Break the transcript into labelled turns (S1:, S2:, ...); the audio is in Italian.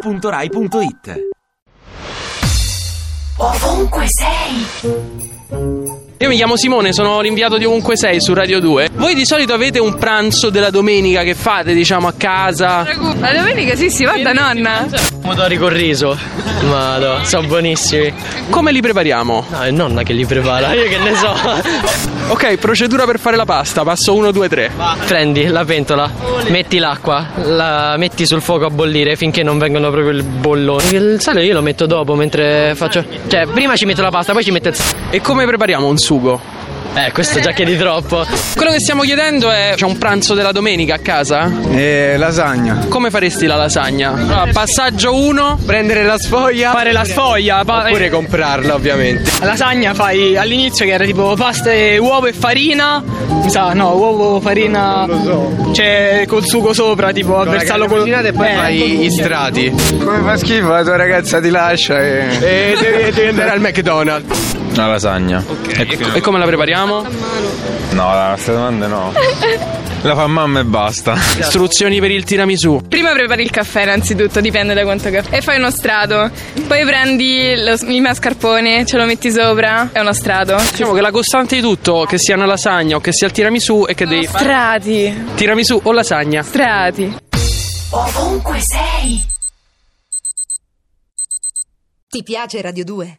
S1: radio2pod.rai.it
S2: Ovunque sei,
S3: Io mi chiamo Simone, sono l'inviato di Ovunque Sei su Radio 2. Voi di solito avete un pranzo della domenica che fate, diciamo, a casa?
S4: La domenica sì, si va da nonna.
S5: Pomodori col riso. Madò, sono buonissimi.
S3: Come li prepariamo?
S5: No, è nonna che li prepara, io che ne so.
S3: Ok, procedura per fare la pasta, passo 1, 2, 3.
S5: Prendi la pentola, metti l'acqua, la metti sul fuoco a bollire finché non vengono proprio il bollone. Il sale io lo metto dopo mentre faccio. Cioè, prima ci metto la pasta, poi ci metto il sale.
S3: E come prepariamo un sugo?
S5: Eh, questo già che di troppo.
S3: Quello che stiamo chiedendo è: c'è un pranzo della domenica a casa?
S6: Eh, lasagna.
S3: Come faresti la lasagna? Allora, passaggio 1, prendere la sfoglia, fare la sfoglia, eh.
S6: Oppure comprarla, ovviamente.
S7: Lasagna fai all'inizio che era tipo pasta e uovo e farina, mi sa, no, uovo, farina, cioè col sugo sopra, tipo avversarlo col...
S6: e poi
S7: eh,
S6: fai gli strati. Come fa schifo, la tua ragazza ti lascia e. devi, andare al McDonald's.
S8: Una lasagna.
S3: E come la prepariamo?
S8: No, la queste domande no. La fa mamma e basta.
S3: Istruzioni per il tiramisù.
S4: Prima prepari il caffè, innanzitutto, dipende da quanto caffè. E fai uno strato. Poi prendi lo- il mascarpone, ce lo metti sopra, è uno strato.
S3: Diciamo che la costante di tutto, che sia una lasagna o che sia il tiramisù, è che devi fare
S4: Strati,
S3: tiramisù o lasagna.
S4: strati.
S2: ovunque sei.
S9: Ti piace Radio 2?